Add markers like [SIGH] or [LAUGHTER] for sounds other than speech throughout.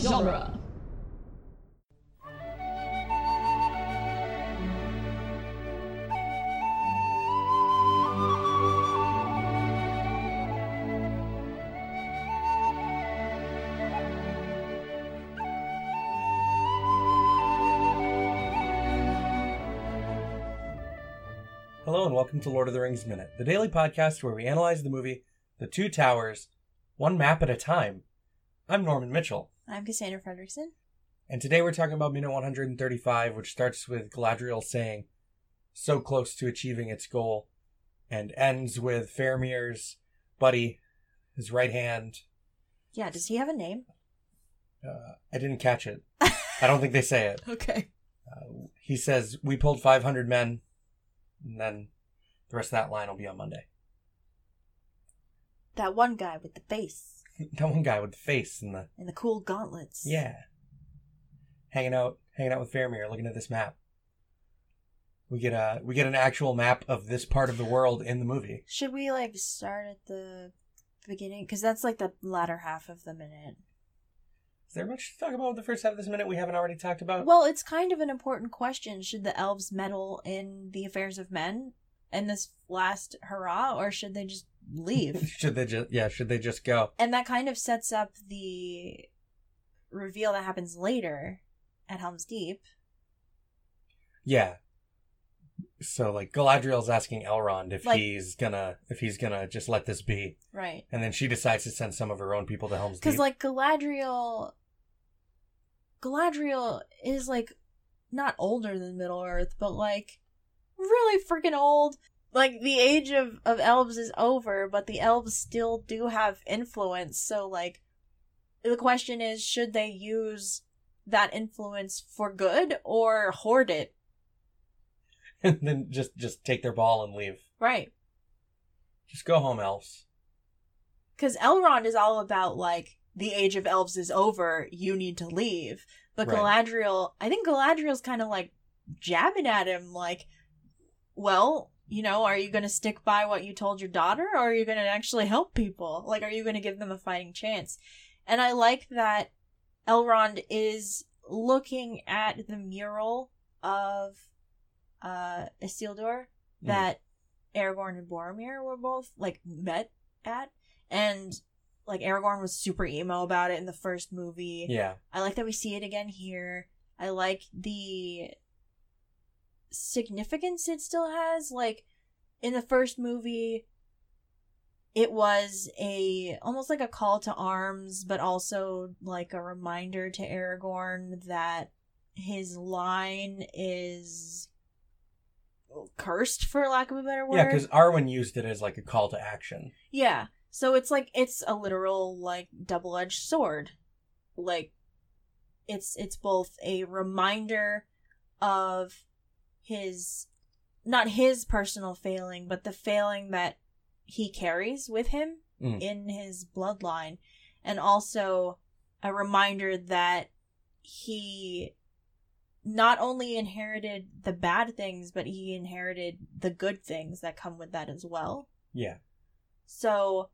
genre. Hello and welcome to Lord of the Rings Minute, the daily podcast where we analyze the movie The Two Towers, one map at a time. I'm Norman Mitchell, I'm Cassandra Fredrickson. and today we're talking about minute 135, which starts with Galadriel saying, so close to achieving its goal, and ends with Faramir's buddy, his right hand. Yeah, does he have a name? Uh, I didn't catch it. I don't think they say it. Okay. Uh, he says, We pulled 500 men, and then the rest of that line will be on Monday. That one guy with the face that one guy with the face and the and the cool gauntlets. Yeah. Hanging out, hanging out with Faramir, looking at this map. We get a we get an actual map of this part of the world in the movie. Should we like start at the beginning? Because that's like the latter half of the minute. Is there much to talk about with the first half of this minute we haven't already talked about? Well, it's kind of an important question. Should the elves meddle in the affairs of men in this last hurrah, or should they just [LAUGHS] leave? [LAUGHS] should they just yeah? Should they just go? and that kind of sets up the reveal that happens later at Helm's Deep. Yeah. So like Galadriel's asking Elrond if Like- he's gonna if he's gonna just let this be, Right. and then she decides to send some of her own people to Helm's Because Deep. like Galadriel, Galadriel is like not older than Middle Earth, but like really freaking old. Like the age of of elves is over, but the elves still do have influence. So like, the question is, should they use that influence for good or hoard it? [LAUGHS] and then just just take their ball and leave. Right. Just go home, elves. because Elrond is all about like the age of elves is over, you need to leave. But Right. Galadriel, I think Galadriel's kind of like jabbing at him, like, well, you know, are you going to stick by what you told your daughter, or are you going to actually help people? Like, are you going to give them a fighting chance? And I like that Elrond is looking at the mural of uh Isildur Mhm. that Aragorn and Boromir were both like met at and like Aragorn was super emo about it in the first movie. Yeah. I like that we see it again here. I like the significance it still has. Like in the first movie, it was a almost like a call to arms, but also like a reminder to Aragorn that his line is cursed for lack of a better word. Yeah, because Arwen used it as like a call to action. Yeah. So it's like it's a literal like double-edged sword. Like it's it's both a reminder of his not his personal failing, but the failing that he carries with him Mm. in his bloodline and also a reminder that he not only inherited the bad things, but he inherited the good things that come with that as well. Yeah. So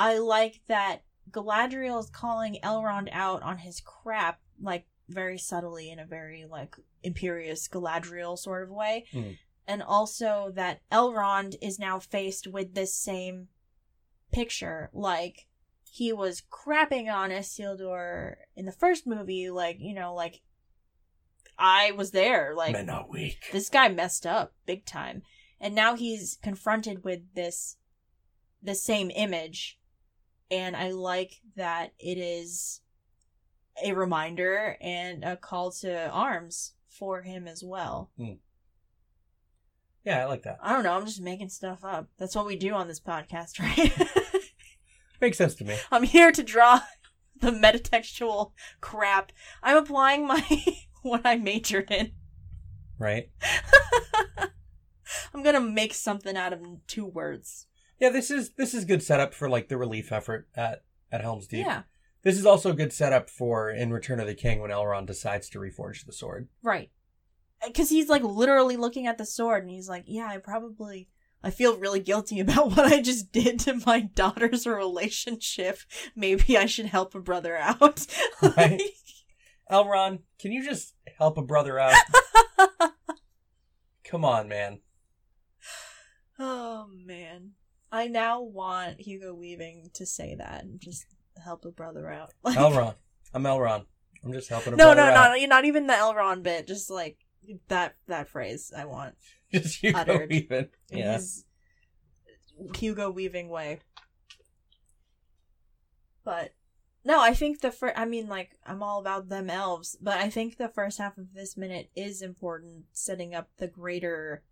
I like that Galadriel is calling Elrond out on his crap, like very subtly in a very like imperious Galadriel sort of way. Mm. And also that Elrond is now faced with this same picture. Like he was crapping on Isildur in the first movie, like, you know, like I was there, like Men are weak. this guy messed up big time and now he's confronted with this the same image and i like that it is a reminder and a call to arms for him as well Yeah, I like that. i don't know i'm just making stuff up that's what we do on this podcast [LAUGHS] right Makes sense to me. i'm here to draw [LAUGHS] the metatextual crap i'm applying my [LAUGHS] what i majored in Right? i'm gonna make something out of two words Yeah, this is this is good setup for like the relief effort at at Helm's Deep. yeah This is also good setup for in Return of the King when Elrond decides to reforge the sword. Uh, Right. Because he's like literally looking at the sword and he's like, yeah, I probably I feel really guilty [LAUGHS] about what I just did to my [LAUGHS] daughter's relationship. Maybe I should help a brother out. [LAUGHS] Right. Elron, can you just help a brother [LAUGHS] out? Come on, man. oh man. I now want Hugo Weaving to say that and just help a brother out. [LAUGHS] Like, Elron. I'm Elron. I'm just helping a no, brother no, out. [LAUGHS] no, no, not even the Elron bit. Just like that that phrase I want. no. Just you go Uttered. even. in Yeah. his Hugo Weaving way. But no, I think the first. I mean, like I'm all about them elves, but I think the first half of this minute is important, setting up the greater,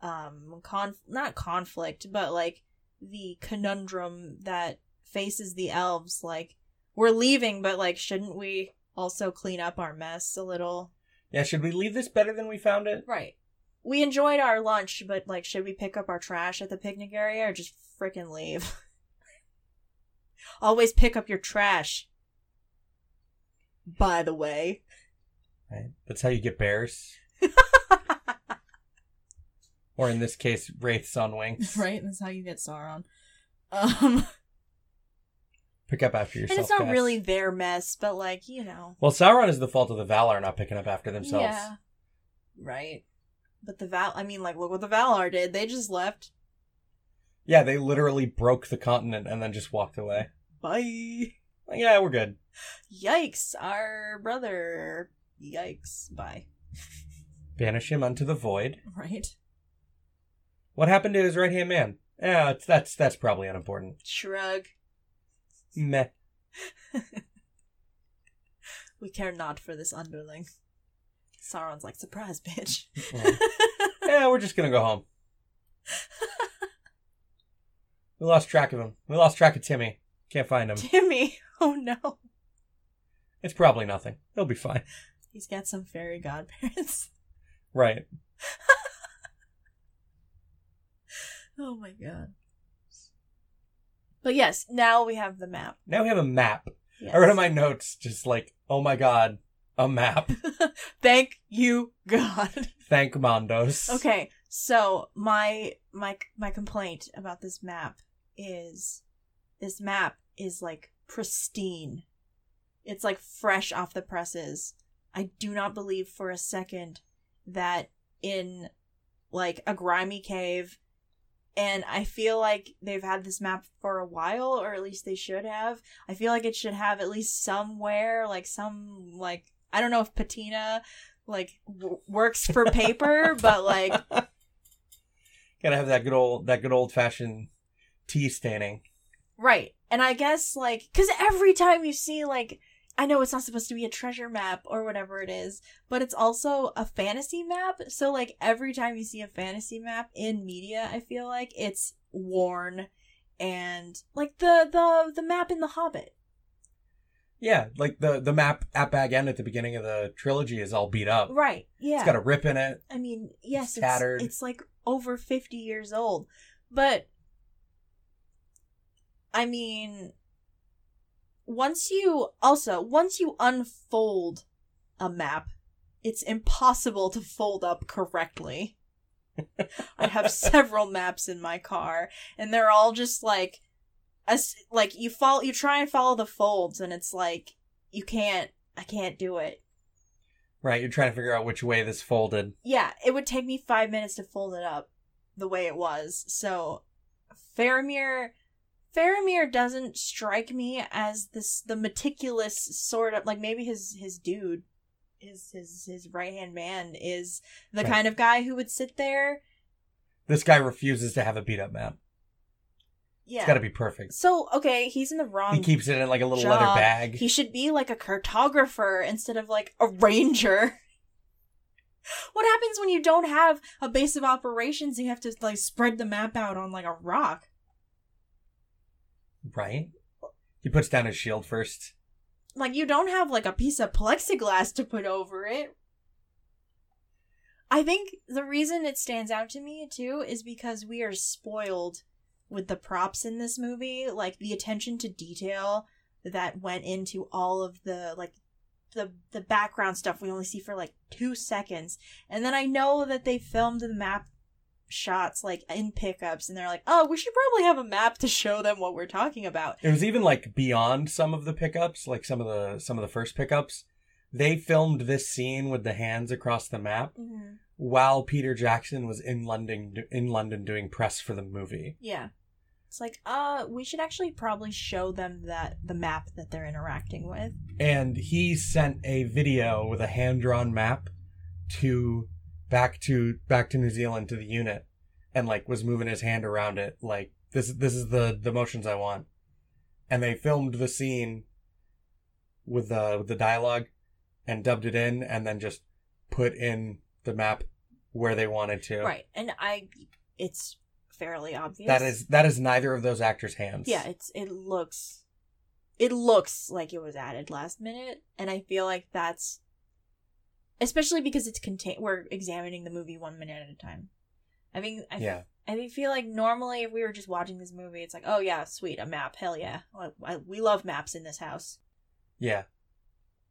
um, con not conflict, but like the conundrum that faces the elves. Like we're leaving, but like shouldn't we also clean up our mess a little? Yeah, should we leave this better than we found it? Right. We enjoyed our lunch, but like, should we pick up our trash at the picnic area or just frickin' leave? [LAUGHS] Always pick up your trash. By the way. Right. That's how you get bears. Or in this case, wraiths on wings. [LAUGHS] [LAUGHS] right? That's how you get Sauron. Um, [LAUGHS] Pick up after and yourself. it's not guys. really their mess, but like, you know. Well, Sauron is the fault of the Valar not picking up after themselves. Yeah. Right. But the Val, I mean, like, look what the Valar did. They just left. Yeah, they literally broke the continent and then just walked away. Bye. Like, yeah, we're good. Yikes, our brother. Yikes. Bye. Banish him unto the void. Right? What happened to his right hand man? Yeah, it's, that's that's probably unimportant. Shrug. Meh. We care not for this underling. Sauron's like, surprise, bitch. [LAUGHS] yeah, we're just gonna go [LAUGHS] home. we lost track of him. We lost track of Timmy. Can't find him. Timmy! Oh no. It's probably nothing. He'll be fine. He's got some fairy godparents. [LAUGHS] Right. Oh my god. But yes, now we have the map. Now we have a map. Yes. I wrote in my notes just like, oh my god, a [LAUGHS] map. Thank you, God. Thank Mondos. okay, so my my my complaint about this map is this map is like pristine. It's like fresh off the presses. I do not believe for a second that in like a grimy cave and I feel like they've had this map for a while or at least they should have. I feel like it should have at least somewhere like some like I don't know if patina like w- works for paper but like Gotta have that good old that good old fashioned tea staining. Right. And I guess, like, because every time you see, like, I know it's not supposed to be a treasure map or whatever it is, but it's also a fantasy map. So, like, every time you see a fantasy map in media, I feel like it's worn and like the the the map in the hobbit Yeah, like the the map at Bag End at the beginning of the trilogy is all beat up. right yeah It's got a rip in it. I mean, yes, It's it's, tattered. it's like over 50 years old. But I mean, once you also, once you unfold a map, it's impossible to fold up correctly. I have several maps in my car and they're all just like as like you follow you try and follow the folds and it's like you can't I can't do it. Right, you're trying to figure out which way this folded. yeah, it would take me five minutes to fold it up the way it was. So Faramir Faramir doesn't strike me as this the meticulous sort of like maybe his his dude his his his right hand man is the Right. kind of guy who would sit there. This guy refuses to have a beat up map. Yeah. It's gotta be perfect. so okay, he's in the wrong He keeps it in like a little job. leather bag. He should be like a cartographer instead of like a ranger. [LAUGHS] What happens when you don't have a base of operations? You have to like spread the map out on like a rock. Right? He puts down his shield first. Like you don't have like a piece of plexiglass to put over it. I think the reason it stands out to me too is because we are spoiled with the props in this movie, like the attention to detail that went into all of the like the the background stuff we only see for like 2 seconds. And then I know that they filmed the map shots like in pickups and they're like, "Oh, we should probably have a map to show them what we're talking about." It was even like beyond some of the pickups, like some of the some of the first pickups. They filmed this scene with the hands across the map while Peter Jackson was in London in London doing press for the movie. Yeah. It's like, "Uh, we should actually probably show them that the map that they're interacting with." and he sent a video with a hand-drawn map to back to back to New Zealand to the unit, and like was moving his hand around it like this this is the the motions I want, and they filmed the scene with the with the dialogue, and dubbed it in, and then just put in the map where they wanted to. Right. And I it's fairly obvious. That is that is neither of those actors' hands. Yeah, it's it looks it looks like it was added last minute and I feel like that's especially because it's contain we're examining the movie 1 minute at a time. I mean, I yeah. I mean, feel like normally if we were just watching this movie, it's like, oh yeah, sweet, a map, hell yeah, Like, I, we love maps in this house. Yeah.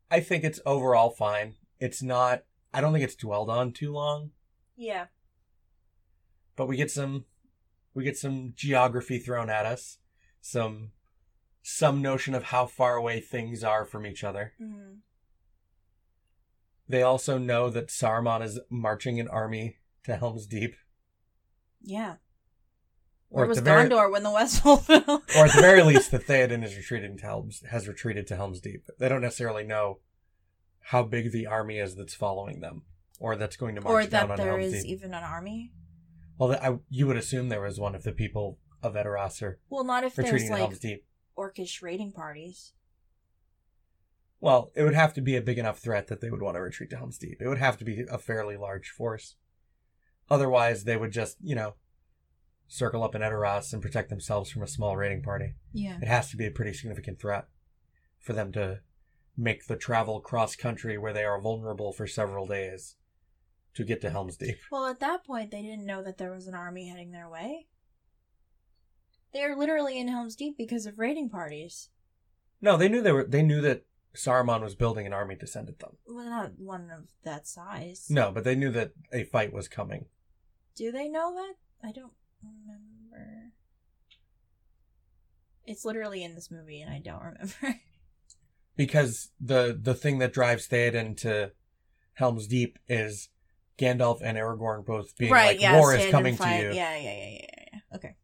I think it's overall fine. It's not, I don't think it's dwelled on too long, Yeah, but we get some, we get some geography thrown at us, some, some notion of how far away things are from each other. mm They also know that Saruman is marching an army to Helm's Deep. yeah. Or Where at was the very- Gondor when the Westfall fell? [LAUGHS] Or at the very least, that Theoden is retreating to Helm's, has retreated to Helm's Deep. They don't necessarily know how big the army is that's following them or that's going to march or down that on there Helm's is Deep. even an army. Well, I, you would assume there was one if the people of Edoras are Well, not if retreating there's to like Helm's Deep. orcish raiding parties. Well, it would have to be a big enough threat that they would want to retreat to Helm's Deep. It would have to be a fairly large force. Otherwise, they would just, you know, circle up in Edoras and protect themselves from a small raiding party. [LAUGHS] Yeah, It has to be a pretty significant threat for them to make the travel cross country where they are vulnerable for several days to get to Helm's Deep. Well, at that point, they didn't know that there was an army heading their way. They're literally in Helm's Deep because of raiding parties. No, they knew they were. They knew that Saruman was building an army to send at them. Well, not one of that size. No, but they knew that a fight was coming. Do they know that? I don't remember. It's literally in this movie, and I don't [LAUGHS] remember. because the the thing that drives Theoden to Helm's Deep is Gandalf and Aragorn both being like war is stand coming and to fight. you, Yeah, yeah, yeah, yeah, yeah. Okay,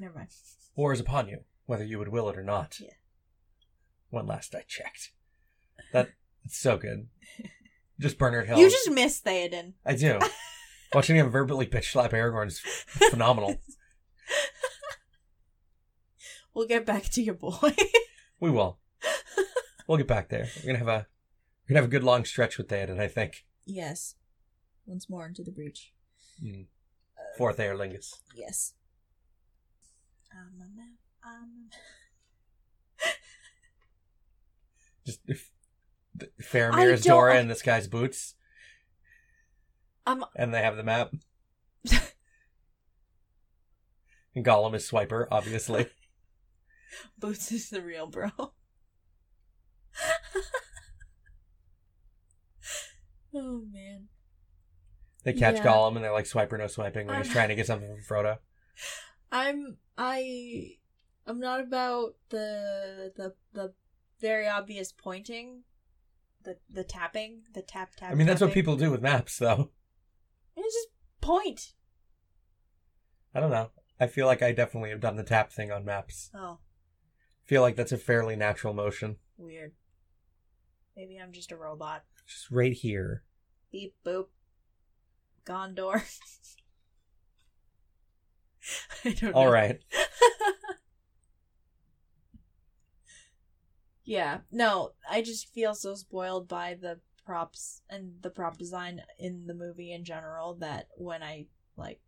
never mind. war is upon you, whether you would will it or not. Yeah. When last I checked, that it's so [LAUGHS] good. Just Bernard Hill. You just missed Theoden. I do. [LAUGHS] Watching him verbally bitch slap Aragorn is phenomenal. We'll get back to your boy. [LAUGHS] We will. We'll get back there. We're gonna have a we're gonna have a good long stretch with Theoden. I think. yes, once more into the breach. Mm. Fourth Aerlingus. Yes. Um, um, um, just if, the- Faramir's Dora and this guy's boots. Um, and they have the map. and Gollum is Swiper, obviously. Boots is the real bro. [LAUGHS] oh man. They catch Yeah. Gollum and they're like Swiper, no swiping when he's Um. trying to get something from Frodo. I'm I I'm not about the the the very obvious pointing, the the tapping, the tap tap. I mean, that's what tapping. people do with maps, though. I mean, just point. I don't know. I feel like I definitely have done the tap thing on maps. Oh, feel like that's a fairly natural motion. weird. Maybe I'm just a robot. Just right here. Beep boop. Gondor. [LAUGHS] I don't All know. right. Yeah. No, I just feel so spoiled by the props and the prop design in the movie in general that when I like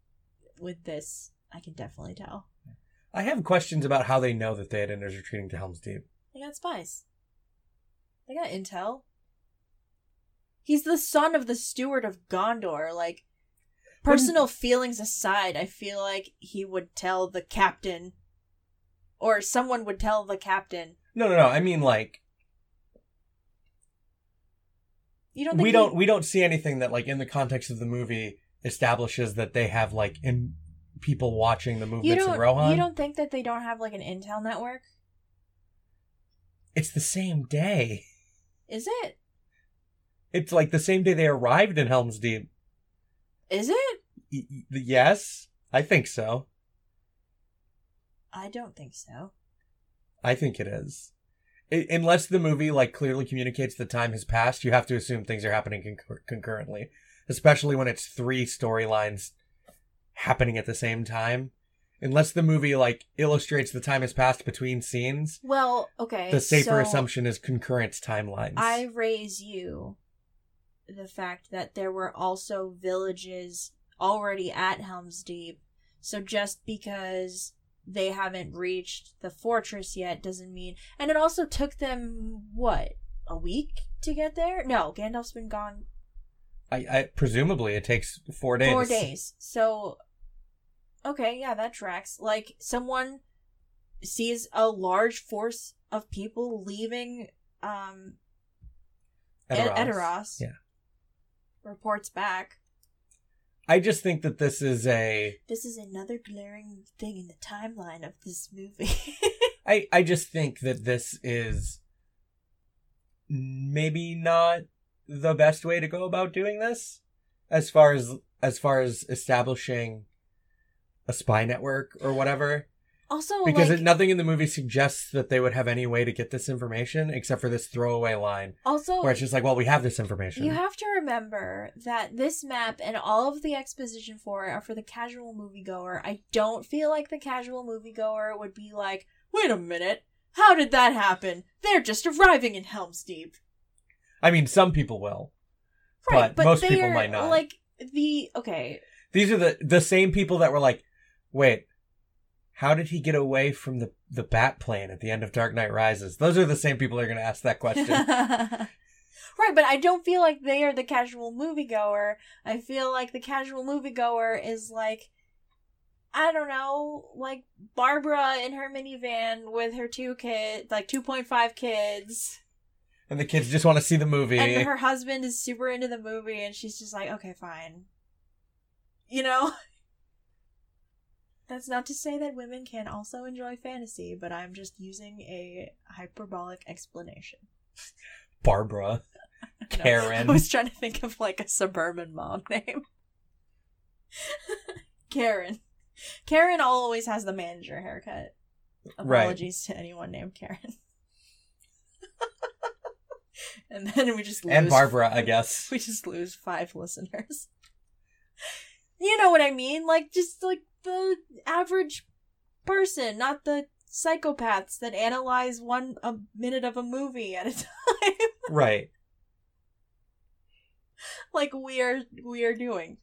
with this, I can definitely tell. I have questions about how they know that Theoden is retreating to Helm's Deep. They got spies. They got intel. He's the son of the steward of Gondor. Like, personal feelings aside, I feel like he would tell the captain, or someone would tell the captain. No, no, no. I mean, like, You don't. Think we he- don't we don't see anything that like in the context of the movie establishes that they have like in people watching the You movements in don't. Rohan. You don't think that they don't have like an intel network? It's the same day. Is it? It's like the same day they arrived in Helm's Deep. Is it? Y- y- yes, I think so. I don't think so. I think it is. I- unless the movie like clearly communicates the time has passed, you have to assume things are happening concur- concurrently, especially when it's three storylines happening at the same time. Unless the movie like illustrates the time has passed between scenes, Well, okay. the safer so assumption is concurrent timelines. I raise you the fact that there were also villages already at Helm's Deep. So just because they haven't reached the fortress yet doesn't mean. And it also took them, what, a week to get there? No, Gandalf's been gone I, I presumably it takes four days. Four days. So, okay, yeah, that tracks. Like, someone sees a large force of people leaving um Ed- Edoras. Edoras. Yeah. Reports back. I just think that this is a. This is another glaring thing in the timeline of this movie. [LAUGHS] I I just think that this is maybe not the best way to go about doing this, as far as as far as establishing a spy network or whatever. also, because like, it, nothing in the movie suggests that they would have any way to get this information except for this throwaway line also, where it's just like, well, we have this information. You have to remember that this map and all of the exposition for it are for the casual moviegoer. I don't feel like the casual moviegoer would be like, wait a minute, how did that happen? They're just arriving in Helm's Deep. I mean, some people will. But most they people are, might not. Like, the. Okay. These are the the same people that were like, wait, how did he get away from the the bat plane at the end of Dark Knight Rises? Those are the same people that are going to ask that [LAUGHS] [LAUGHS] question. right, but I don't feel like they are the casual moviegoer. I feel like the casual moviegoer is like, I don't know, like Barbara in her minivan with her two kids, like 2.5 kids. and the kids just want to see the movie. And her husband is super into the movie, and she's just like, okay, fine. You know? That's not to say that women can also enjoy fantasy, but I'm just using a hyperbolic explanation. Barbara, [LAUGHS] No, Karen. I was trying to think of like a suburban mom [LAUGHS] name. Karen. Karen always has the manager haircut. Right. Apologies to anyone named Karen. [LAUGHS] and then we just lose and Barbara, I guess. [LAUGHS] We just lose five listeners. You know what I mean? Like just like the average person, not the psychopaths that analyze one a minute of a movie at a [LAUGHS] time. [LAUGHS] right. like we are we are doing.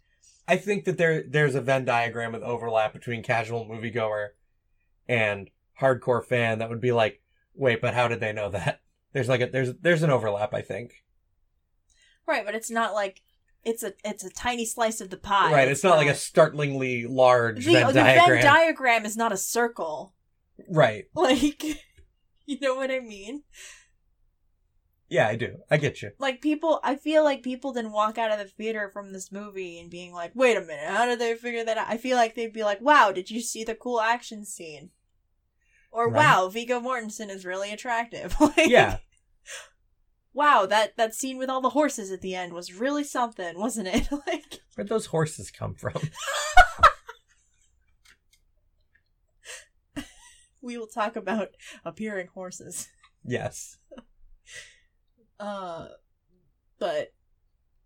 I think that there there's a Venn diagram with overlap between casual moviegoer and hardcore fan that would be like, wait, but how did they know that? [LAUGHS] There's like a there's there's an overlap, I think. Right, but it's not like it's a it's a tiny slice of the pie. right. It's not like a startlingly large the, Venn the diagram. Venn diagram is not a circle. [LAUGHS] right. Like you know what I mean? Yeah, I do. I get you. Like people I feel like people didn't walk out of the theater from this movie and being like, "Wait a minute, how did they figure that out?" I feel like they'd be like, "Wow, did you see the cool action scene?" Or Right. wow, Vigo Mortensen is really attractive. [LAUGHS] like, Yeah. Wow, that that scene with all the horses at the end was really something, wasn't it? [LAUGHS] like Where'd those horses come from? [LAUGHS] we will talk about [LAUGHS] appearing horses. yes. Uh, but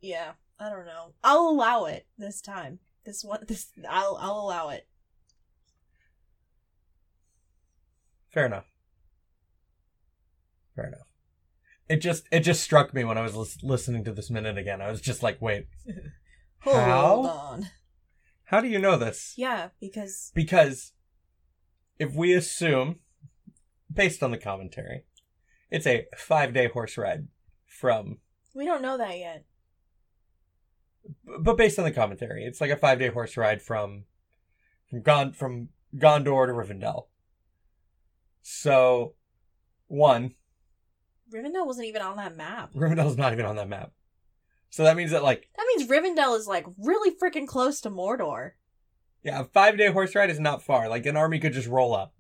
yeah, I don't know. I'll allow it this time. This one, [LAUGHS] this I'll I'll allow it. Fair enough. Fair enough. It just it just struck me when I was lis- listening to this minute again. I was just like, wait, [LAUGHS] Hold How? on. how do you know this? Yeah, because Because if we assume, based on the commentary, it's a five day horse ride from. we don't know that yet. b- But based on the commentary, it's like a five day horse ride from from Gon from Gondor to Rivendell. So, one, [LAUGHS] Rivendell wasn't even on that map. Rivendell's not even on that map. So that means that like That means Rivendell is like really freaking close to Mordor. yeah, a five day horse ride is not far. Like an army could just roll up.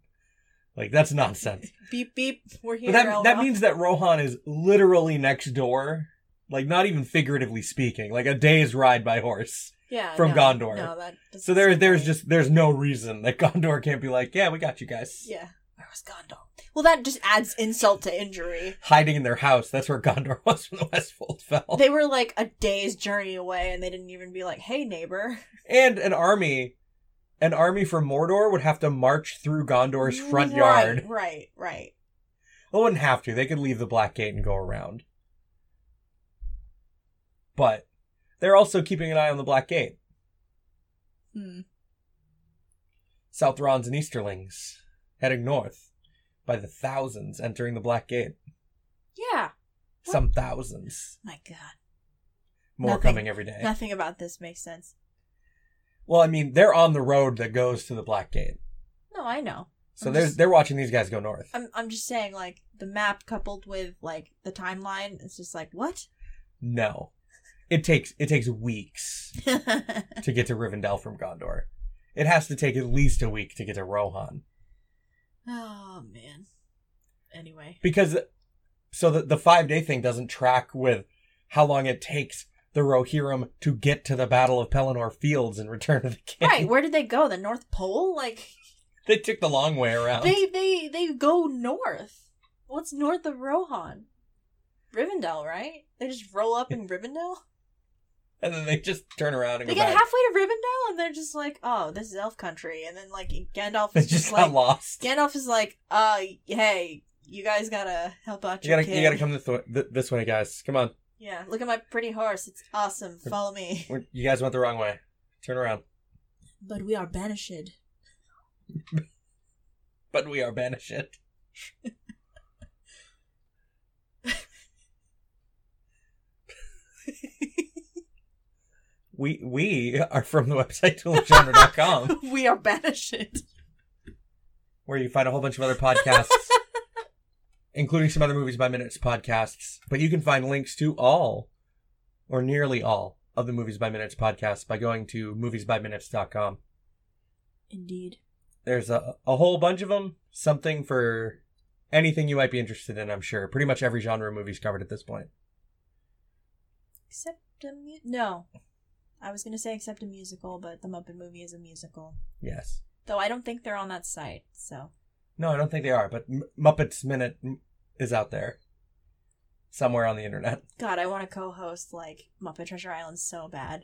Like that's nonsense. Beep beep, we're here. But that oh that well. means that Rohan is literally next door. Like not even figuratively speaking, like a day's ride by horse. yeah, from no, Gondor. No, that doesn't So there, seem there's right. just there's no reason that [LAUGHS] Gondor can't be like, yeah, we got you guys. yeah. Where was Gondor? Well, that just adds insult to injury. Hiding in their house. That's where [LAUGHS] Gondor was when the Westfold [LAUGHS] fell. They were like a day's journey away, and they didn't even be like, "Hey, neighbor." and an army, an army from Mordor would have to march through [LAUGHS] Gondor's front yard. Right, right, right. They wouldn't have to. They could leave the Black Gate and go around. But they're also keeping an eye on the Black Gate. Hmm. Southrons and Easterlings heading north by the thousands entering the Black Gate. Yeah. Some thousands. My God, More Nothing. coming every day. nothing about this makes sense. Well, I mean, they're on the road that goes to the Black Gate. No, I know. So I'm they're just- they're watching these guys go north. I'm I'm just saying, like the map coupled with like the timeline, it's just like what? [LAUGHS] No. It takes it takes weeks to get to Rivendell from Gondor. It has to take at least a week to get to Rohan. oh man. [LAUGHS] Anyway, Because so the the five day thing doesn't track with how long it takes the Rohirrim to get to the Battle of Pelennor Fields and return to the king. [LAUGHS] right? Where did they go? The North Pole? Like They took the long way around. they they they go north. What's north of Rohan? Rivendell, right? They just roll up in Rivendell. and then they just turn around and They go get back. halfway to Rivendell and they're just like, "Oh, this is Elf Country," and then like Gandalf [LAUGHS] they is just, just got like, lost. Gandalf is like, "Uh, hey, you guys gotta help out You your gotta kid." you gotta come this way, th- this way, guys. Come on. Yeah, look at my pretty horse. It's awesome. Follow me. We're- You guys went the wrong way. Turn around. [LAUGHS] But we are banished. but we are banished. we we are from the website [LAUGHS] toolofgenre.com [LAUGHS] we are banished. where you find a whole bunch of other podcasts including some other movies by minutes podcasts but you can find links to all or nearly all of the movies by minutes podcasts by going to moviesbyminutes.com Indeed. there's a, a whole bunch of them something for anything you might be interested in i'm sure pretty much every genre of movies covered at this point Except a mu- no. I was gonna say except a musical, but the Muppet Movie is a musical. yes Though I don't think they're on that site. So no i don't think they are but M- muppets minute m- is out there somewhere on the internet God, I want to co-host like Muppet Treasure Island so bad.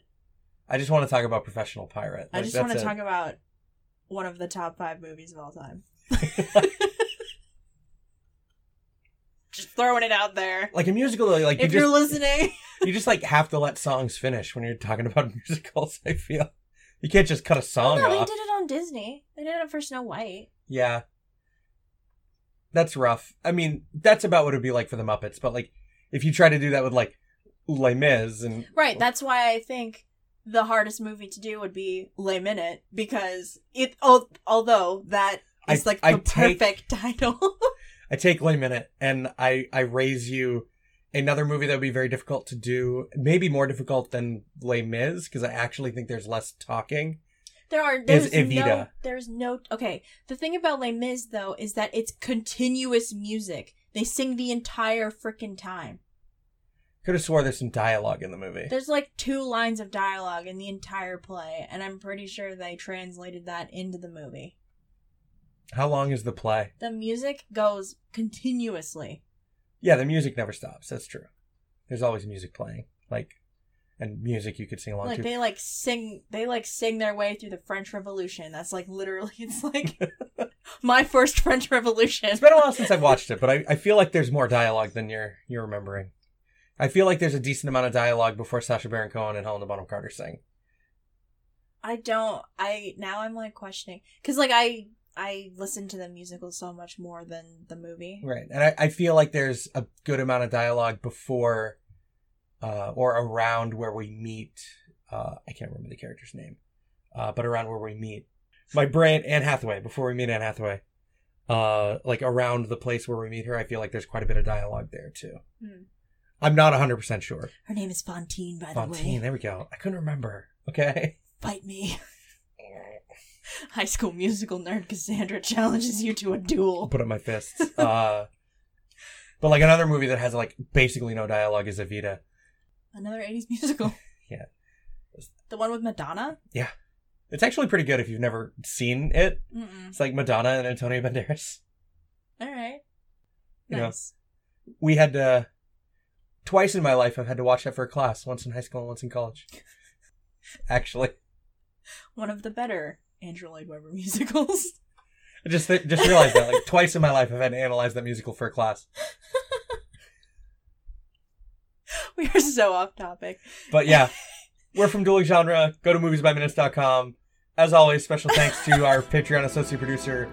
i just want to talk about professional pirate I Like, just want to that's it. talk about one of the top five movies of [LAUGHS] all time. just throwing it out there. like a musical though, like you if you're just listening, you just like have to let songs finish when you're talking about [LAUGHS] musicals i feel you can't just cut a [LAUGHS] oh, song no, they off did it on Disney. They did it for Snow White. Yeah. That's rough. I mean, that's about what it'd be like for the Muppets, but like if you try to do that with like Les Mis and Right. That's why I think the hardest movie to do would be Les Minute because it. al- Although that I- is like I the take- perfect [LAUGHS] title. I take Les Minute and I I raise you another movie that would be very difficult to do, maybe more difficult than Les Mis because I actually think there's less talking. there are there's no Evita. there's no okay. The thing about Les Mis though is that it's continuous music. They sing the entire freaking time. Could have swore there's some dialogue in the movie. There's like two lines of dialogue in the entire play, and I'm pretty sure they translated that into the movie. How long is the play? The music goes continuously. Yeah, the music never stops. That's true. There's always music playing, like and music you could sing along like to. they like sing they like sing their way through the french revolution that's like literally it's like [LAUGHS] my first french revolution It's been a while since I've watched it, but I, I feel like there's more dialogue than you're you're remembering. I feel like there's a decent amount of dialogue before Sasha Baron Cohen and Helena Bonham Carter sing. i don't i now i'm like questioning because like i i listen to the musical so much more than the movie Right. And I, I feel like there's a good amount of dialogue before uh, or around where we meet uh, I can't remember the character's name. Uh, but around where we meet my brain Anne Hathaway, before we meet Anne Hathaway. Uh, like around the place where we meet her, I feel like there's quite a bit of dialogue there too. Hmm. I'm not 100% sure. Her name is Fontaine, by Fontaine, the way. there we go. I couldn't remember. Okay. Fight me. [LAUGHS] High School Musical nerd Cassandra [LAUGHS] challenges you to a duel. Put up my fists. Uh, but like another movie that has like basically no dialogue is Evita. Another 80s musical. [LAUGHS] Yeah. The one with Madonna? It's actually pretty good if you've never seen it. Mm-mm. It's like Madonna and Antonio Banderas. All right. You know, Nice. we had to twice in my life I've had to watch that for a class, once in high school and once in college. Actually, One of the better Andrew Lloyd Webber [LAUGHS] musicals. I just th- just realized that like twice in my life I've had to analyze that musical for a class. we are so off topic. But yeah, we're from Dueling Genre. Go to moviesbyminutes.com. As always, special thanks to our Patreon associate producer,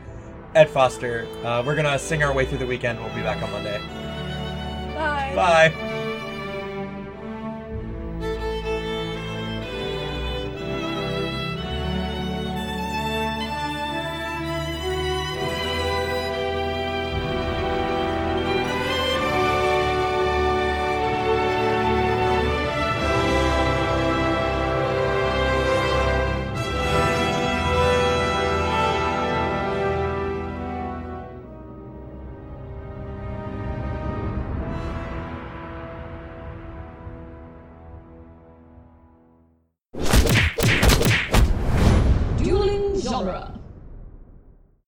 Ed Foster. Uh, we're gonna sing our way through the weekend. We'll be back on Monday. Bye. Bye. Dueling genre.